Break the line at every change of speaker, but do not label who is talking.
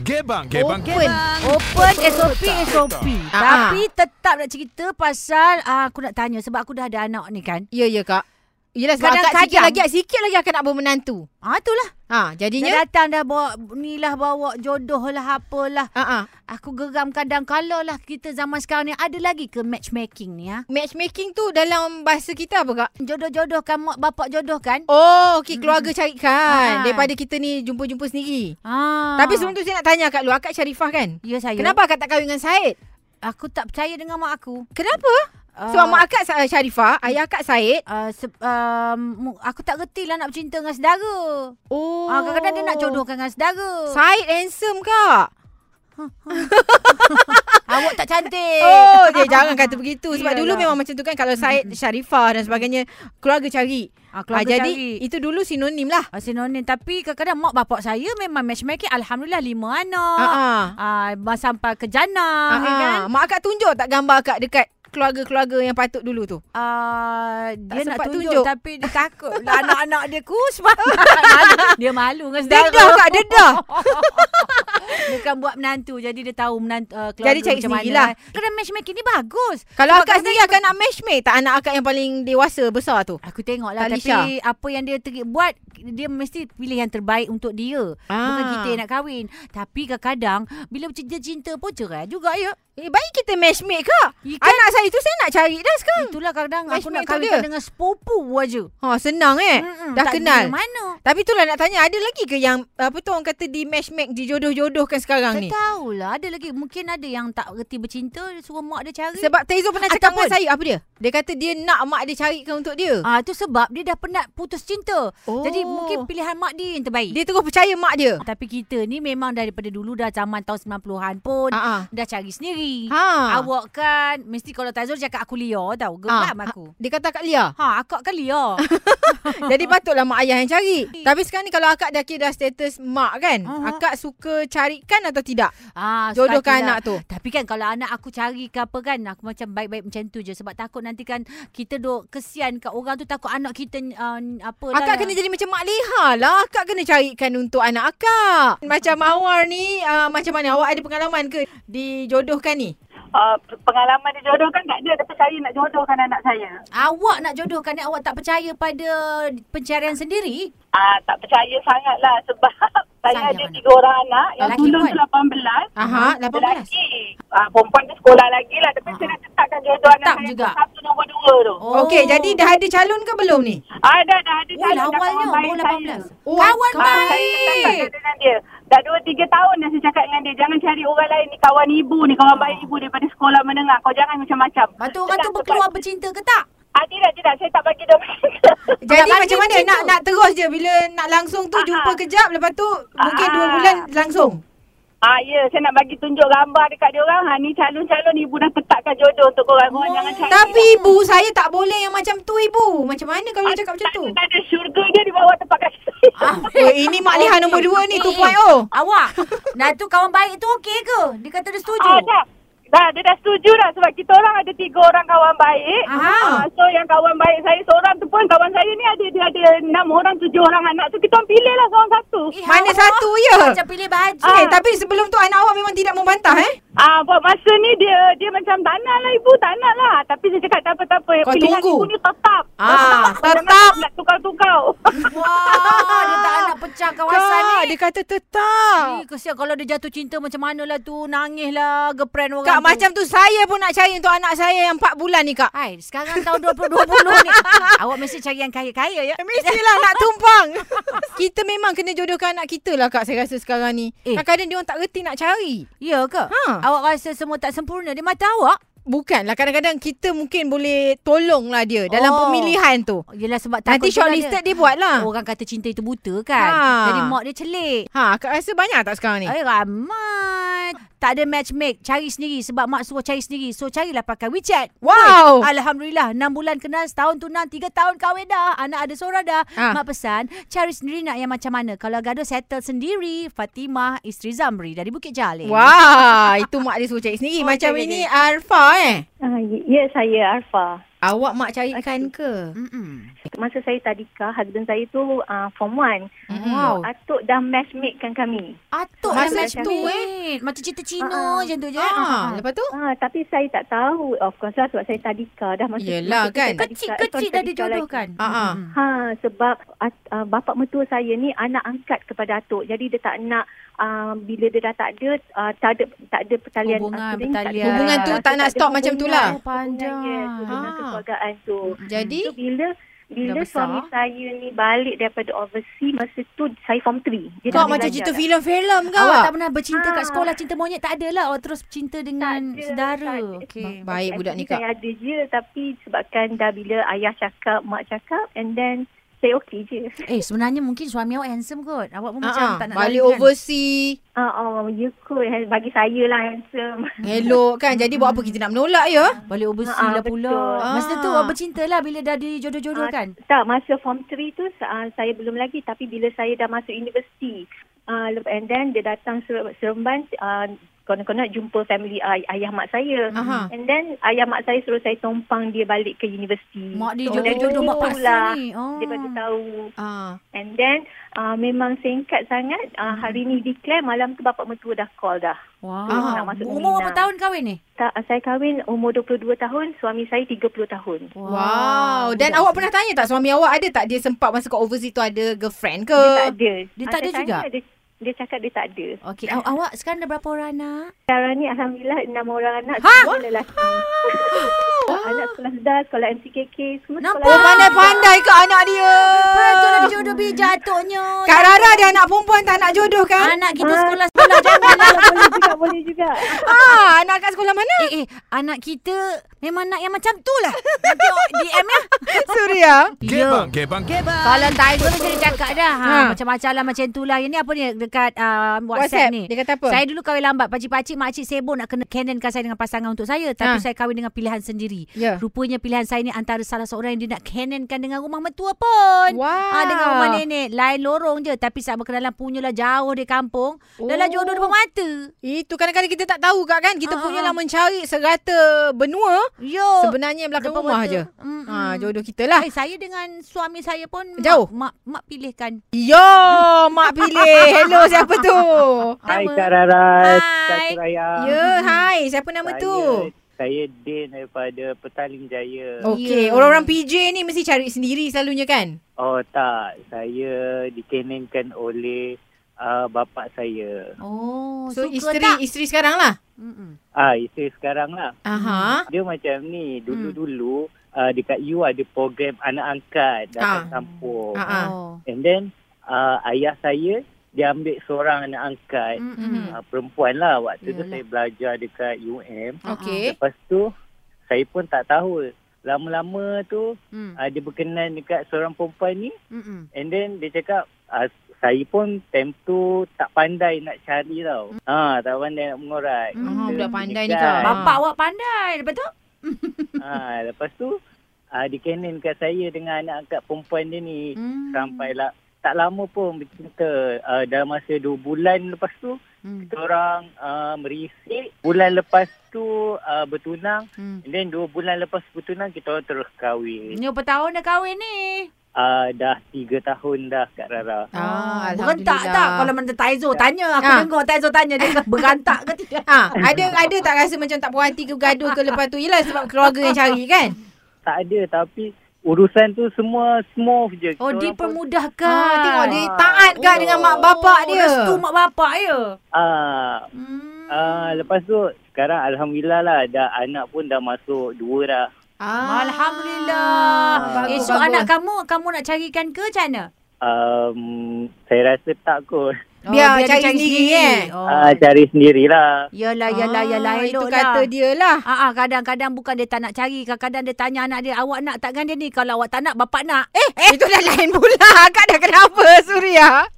Gebang. Gebang.
Open Open SOP SOP
Ah.
Tapi tetap nak cerita pasal ah, Aku nak tanya Sebab aku dah ada anak ni kan
Ya, ya kak. Yelah sebab akak
Kadang-kadang-
sikit lagi, sikit lagi akan nak bermenantu.
Ah itulah
Ha,
Dia
jadinya...
datang dah bawa Ni lah bawa jodoh lah Apalah
Ha, ha.
Aku geram kadang Kalau lah kita zaman sekarang ni Ada lagi ke matchmaking ni ha?
Matchmaking tu dalam bahasa kita apa kak?
Jodoh-jodoh kan Mak bapak jodoh kan
Oh, okay, keluarga carikan.
Ah.
Daripada kita ni jumpa-jumpa sendiri.
ah.
Tapi sebelum tu saya nak tanya kat lu, akak Syarifah kan?
Ya saya
Kenapa akak tak kahwin dengan Syed?
Aku tak percaya dengan mak aku
Kenapa?
Ah,
Sebab mak akak Sa- Syarifah, ayah akak Syed.
Uh, se- um, aku tak reti lah nak bercinta dengan saudara. Oh.
Oh.
Ah, kadang-kadang dia nak jodohkan dengan saudara.
Syed handsome kak.
Awak tak cantik.
Oh, dia jangan kata begitu. Sebab
Iyalah.
dulu memang macam tu kan kalau Syed Syarifah dan sebagainya, keluarga cari.
Ah,
Keluarga
keluarga
ah, jadi
cari.
itu dulu sinonim lah.
Ah, Sinonim Tapi kadang-kadang Mak bapak saya Memang matchmaking Alhamdulillah lima
Ha
anak
ah.
ah. ah sampai ke jana
Ah,
ya kan?
ah. Mak akak tunjuk tak gambar akak dekat keluarga-keluarga yang patut dulu tu.
Ah, Dia nak
sempat
tunjuk,
tunjuk.
Tapi dia takut lah Anak-anak dia ku Malu. Dia malu dengan saudara
Dedah kak, dedah.
Bukan buat menantu Jadi dia tahu menantu, uh, keluarga
Jadi cari
macam mana
sendirilah.
Kadang matchmaking ni bagus
Kalau
Sebab
akak
kadang-kadang
sendiri akak nak matchmake tak anak akak yang paling dewasa besar tu?
Aku tengok lah
Talisha.
Tapi apa yang dia teri- buat Dia mesti pilih yang terbaik untuk dia ah. Bukan kita yang nak kahwin Tapi kadang-kadang Bila cinta cinta pun cerai juga ya
Eh, baik kita matchmake kak.
Ikan.
Anak saya tu saya nak cari dah sekarang.
Itulah kadang aku
Matchmake
nak
tu
kahwinkan
dia.
dengan sepupu aja.
Ha, senang eh.
Mm-mm,
dah
tak
kenal.
Mana?
Tapi itulah nak tanya ada lagi ke yang apa tu orang kata di matchmake dijodoh-jodohkan sekarang
Tak
ni?
tahulah Ada lagi Mungkin ada yang tak reti bercinta dia Suruh mak dia cari
Sebab Tezo pernah cakap dengan
Ataupun-
saya apa dia? Dia kata dia nak mak dia carikan untuk dia.
Ah Itu sebab dia dah penat putus cinta
Oh.
oh. Jadi mungkin pilihan mak dia yang terbaik
Dia terus percaya mak dia.
Tapi kita ni memang daripada dulu Dah zaman tahun 90-an pun
Ha ah.
Dah cari sendiri
Ha.
Awak kan Mesti kalau Tazul cakap aku liar tau Geram
Ah,
aku
Dia kata Kak Lia.
Ha, akak kan liar
Jadi patutlah mak ayah yang cari. Tapi sekarang ni kalau akak dah kira dah status mak kan,
Aha.
akak suka carikan atau tidak?
ha, setakat
Jodohkan anak
lah.
tu.
Tapi kan kalau anak aku cari ke apa kan Aku macam baik-baik macam tu je Sebab takut nanti kan Kita duk kesian kat orang tu Takut anak kita uh, apa
Akak kena jadi macam Mak Leha lah. Akak kena carikan untuk anak akak. Macam Mawar ni, uh, macam mana? Awak ada pengalaman ke dijodohkan ni?
uh, pengalaman dia jodoh kan tak ada tapi saya nak jodohkan anak saya.
Awak nak jodohkan ni Awak tak percaya pada pencarian sendiri
Ah uh, tak percaya sangatlah sebab
Sayang
saya ada
anak.
tiga orang anak yang
Lelaki
sulung
pun?
tu 18.
Aha, 18.
Lelaki. Ah perempuan tu sekolah lagi lah tapi saya dah tetapkan jodoh anak
Tetap
saya
juga.
tu satu nombor dua tu. Oh.
Oh. Okey, jadi dah ada calon ke belum ni?
Ah dah dah ada
Oh,
calon dah
awalnya
kawan
umur
baik
18
Oh,
Kawan
kawan.
Ah, saya tetapkan
baik
jodoh dengan dia. Dah dua tiga tahun dah saya cakap dengan dia jangan cari orang lain ni kawan ibu ni kawan baik ibu daripada sekolah menengah kau jangan macam-macam.
Lepas tu Ah. orang tu
Sebab-
berkeluar bercinta ke tak?
Ah tidak tidak saya tak bagi dia macam tu.
Jadi
Nak bagi
macam mana
macam
nak
tu.
nak terus je bila nak langsung tu
Aha.
jumpa kejap lepas tu mungkin dua
Aha.
bulan langsung.
Ah ya, saya nak bagi tunjuk gambar dekat dia orang. Ha ni calon-calon ibu dah tetapkan jodoh untuk korang. Korang jangan cari.
Hmm, Tapi ibu saya tak boleh yang macam tu ibu. Macam mana kalau dia cakap macam tu?
Tak ada syurga dia di bawah tempat kaki. Ah.
Oh, ini Mak Leha nombor dua ni oh. 2.0.
Awak Nah tu kawan baik tu okey ke? Dia kata dia setuju Eh,
ah dah. Dah, dia dah setuju dah sebab kita orang ada tiga orang kawan baik.
Aha.
Ah, so yang kawan baik saya seorang tu pun kawan saya ni ada dia ada enam orang, tujuh orang anak. So kita orang pilih lah seorang satu.
Eh,
Mana
awak
satu ya?
Macam pilih baju
Eh, tapi sebelum tu anak awak memang tidak membantah eh?
Ah, buat masa ni dia dia macam tak nak lah ibu, tak nak lah. Tapi saya cakap tak apa-apa.
Kau
Pilihan
tunggu.
ibu ni tetap.
Ah,
Jangan
tetap.
nak tukar-tukar.
Wah, dia tak nak pecah kawasan ni.
Kak, dia kata tetap.
Eh, kesian kalau dia jatuh cinta macam manalah tu. Nangislah gepren orang
Kak
tu.
macam tu saya pun nak cari untuk anak saya yang 4 bulan ni kak.
Hai, sekarang tahun 2020 ni. Awak mesti cari yang kaya-kaya ya.
Mestilah nak tumpang. kita memang kena jodohkan anak kita lah kak saya rasa sekarang ni.
Eh.
Kadang-kadang dia orang tak reti nak cari.
Ya ke?
Ha.
Awak rasa semua tak sempurna di mata awak?
Bukanlah kadang-kadang kita mungkin boleh tolonglah dia dalam
Oh.
pemilihan tu.
Yelah sebab takut Oh.
Nanti
juga
shortlisted dia buat lah.
Orang kata cinta itu buta kan.
Ha.
Jadi mak dia celik.
Ha, kak rasa banyak tak sekarang ni?
Eh ramai. Tak ada matchmake. Cari sendiri. Sebab mak suruh cari sendiri. So carilah pakai WeChat.
Wow.
Alhamdulillah 6 bulan kenal Setahun tunang 3 tahun kahwin dah Anak ada seorang dah
Ah.
ha. Mak pesan Cari sendiri nak yang macam mana Kalau gaduh settle sendiri Fatimah Isteri Zamri Dari Bukit Jalil
Wah, itu mak dia suruh cari sendiri.
Oh,
Macam
okey,
ini Arfa eh.
Ah, y- ya, saya Arfa.
Awak mak carikan ke?
Mm-mm.
Masa saya tadika, husband saya tu uh, form 1.
Mm-hmm.
Wow.
Atuk dah matchmakekan kami.
Atuk
Masa
dah
macam
tu eh. Macam cerita Cina
Ah.
macam tu je. eh. Ah.
Ah, lepas tu?
Ah, tapi saya tak tahu. Of course lah sebab saya tadika dah masuk.
Yelah,
masuk
kan?
saya tadika, eh,
Kecil-kecil
sorry,
dah
tadika
dijodohkan.
Ah, ah.
Mm-mm.
Ha sebab uh, bapa mertua saya ni anak angkat kepada atuk. Jadi dia tak nak uh, bila dia dah tak ada uh, tak ada tak ada pertalian
Hubungan,
ah, sering tak ada
pertalian.
Hubungan tu tak nak
ada
stop macam tu lah.
hubungan, hubungan, yes, hubungan
Ha.
kekeluargaan tu.
Hmm.
Jadi?
So bila bila
Dah besar.
suami saya ni balik daripada overseas masa tu saya form
Kau
3. Dia dah boleh
macam
belajar
cerita
dah.
filem-filem ke?
lah. Awak tak pernah bercinta kat
Ah.
sekolah cinta monyet tak ada lah. Awak terus cinta dengan
ada,
saudara.
tak ada.
Okey.
Baik budak ni
Actually,
kak.
Saya ada je tapi sebabkan dah bila ayah cakap, mak cakap and then saya okey je.
Eh sebenarnya mungkin suami awak handsome kot. Awak pun macam
Ah,
tak nak
balik
lari kan?
overseas.
Ah, oh, you cool. Bagi saya lah handsome.
Elok kan. Jadi buat apa kita nak menolak ya?
Balik overseas
Ah,
lah pula.
betul.
Masa tu
Ah.
awak bercinta lah bila dah dijodoh-jodoh
Ah,
kan?
Tak, masa form 3 tu uh, saya belum lagi tapi bila saya dah masuk universiti uh, and then dia datang Ser- Seremban uh, konon-konon jumpa family ay- ayah mak saya.
Aha.
And then ayah mak saya suruh saya tumpang dia balik ke universiti.
Mak dia
So, dari
jodoh-jodoh
situ
mak paksa
lah
ni. Oh.
Dia bagi tahu
Ah.
And then uh, memang singkat sangat uh, hari ni declare malam tu bapa mertua dah call dah.
Wow.
Ah,
nak masuk
Umur berapa
minang.
tahun kahwin ni?
Tak, saya kahwin umur 22 tahun, suami saya 30 tahun.
Wow. Dan
Budak
awak
sini.
pernah tanya tak suami awak ada tak dia sempat masa kat overseas tu ada girlfriend ke?
Dia tak ada.
dia tak
Ah,
ada
saya
juga?
tanya, Dia, dia cakap dia tak ada.
Okey, aw- awak sekarang dah berapa orang anak?
Sekarang ni Alhamdulillah enam orang anak semua lelaki. anak sekolah sedar, sekolah MCKK, semua
Nampak?
Oh,
sekolah.
pandai-pandai ke anak dia.
Patutlah lah, dijodoh bijak atuknya.
Kak Rara dia anak perempuan tak nak jodoh kan?
Anak kita sekolah-sekolah janganlah.
boleh juga, boleh juga.
Ah, anak kat sekolah mana?
Eh, eh, anak kita memang anak yang macam tu lah. Nanti awak DM lah.
Suria.
Gebang, gebang,
Kalau Tiger tu dia cakap dah. Ha,
Ha.
Macam-macam lah macam tu lah. Yang ni apa ni dekat uh, WhatsApp,
WhatsApp
ni.
Dia kata apa?
Saya dulu kahwin lambat. Pakcik-pakcik, makcik sibuk nak kena canonkan saya dengan pasangan untuk saya. Tapi
Ha.
saya kahwin dengan pilihan sendiri.
Ya.
Rupanya pilihan saya ni antara salah seorang yang dia nak canonkan dengan rumah mertua pun.
Wow.
Ah, dengan rumah nenek. Lain lorong je. Tapi saat berkenalan punyalah jauh dari kampung. Oh. Dah lah
Oh.
jodoh depan mata.
Itu kadang-kadang kita tak tahu kak kan. Kita
Ah,
punyalah
ah,
mencari serata benua.
Yo.
Sebenarnya yang belakang
depan
rumah
mata.
je.
Mm-mm.
Ha, jodoh kita lah.
Eh, saya dengan suami saya pun
Jauh?
Mak, mak, mak pilihkan.
Yo, mak pilih. Hello, siapa tu?
Hai
Nama?
Kak Rara, Kak
Hai.
Suraya.
Ya, hai. Siapa nama
Saya-
tu?
Saya Din daripada Petaling Jaya. Oh,
Okey,
Ya.
orang-orang PJ ni mesti cari sendiri selalunya kan?
oh tak, saya dikenenkan oleh uh, bapak saya.
Oh,
So,
suka
isteri
tak?
isteri sekarang lah.
Mm-mm.
Ah, isteri sekarang lah.
Aha.
Dia macam ni, dulu-dulu uh, dekat U ada program anak angkat datang
Hmm. Ah.
kampung.
Ah, ah.
Oh.
And then uh, ayah saya dia ambil seorang anak angkat
Hmm.
Mm-mm. Ah,
uh, perempuan lah. Waktu tu
Yalah.
saya belajar dekat UM.
Hmm.
Okey.
Lepas tu saya pun tak tahu. Lama-lama tu
Mm.
uh, dia berkenan dekat seorang perempuan ni
Mm-mm.
and then dia cakap uh, saya pun time tu tak pandai nak cari tau. Ha, tak pandai nak mengorat.
Hmm,
Kita
Hmm. budak pandai ni
dekat.
Ah. kau.
Bapak awak pandai, betul?
Ha, lepas tu uh, dikenenkan saya dengan anak angkat perempuan dia ni
Hmm.
Mm.
sampailah tak lama pun bercinta. Uh, dalam masa 2 bulan lepas tu
Mm.
kita orang uh, merisik. Bulan lepas tu uh, bertunang
Mm.
Hmm.
and then 2 bulan lepas bertunang kita orang terus kahwin.
Ni berapa tahun dah kahwin ni?
Uh, dah 3 tahun dah Kak Rara.
Ah,
berantak tak? Kalau mana Taizo tanya, aku
Ah.
dengar Taizo tanya dia kata berantak ke tidak?
ha, ada ada tak rasa macam tak puas hati ke gaduh ke lepas tu? Yelah sebab keluarga yang cari kan?
tak ada tapi urusan tu semua smooth
Oh,
je. Kita orang pun,
dipermudahkan.
Ah, tengok dia taat kan
Oh.
dengan mak bapak dia.
Restu mak bapak ya.
ah,
Hmm.
ah, lepas tu sekarang alhamdulillah lah dah anak pun dah masuk dua dah.
Ah. kan?
Alhamdulillah.
bagus,
Esok anak kamu kamu nak carikan ke macam mana?
Um, saya rasa tak kot.
Biar
Oh, dia
cari sendiri, eh?
Oh.
Oh. Ah, cari sendirilah.
Yalah, yalah, yalah.
Ah, Itu
eloklah.
kata dia lah.
Ah, ah, kadang-kadang bukan dia tak nak cari. Kadang-kadang dia tanya anak dia, awak nak takkan dia ni? Kalau awak tak nak, bapak nak. Eh,
Eh, itu dah lain pula. Kak dah kenapa Suria?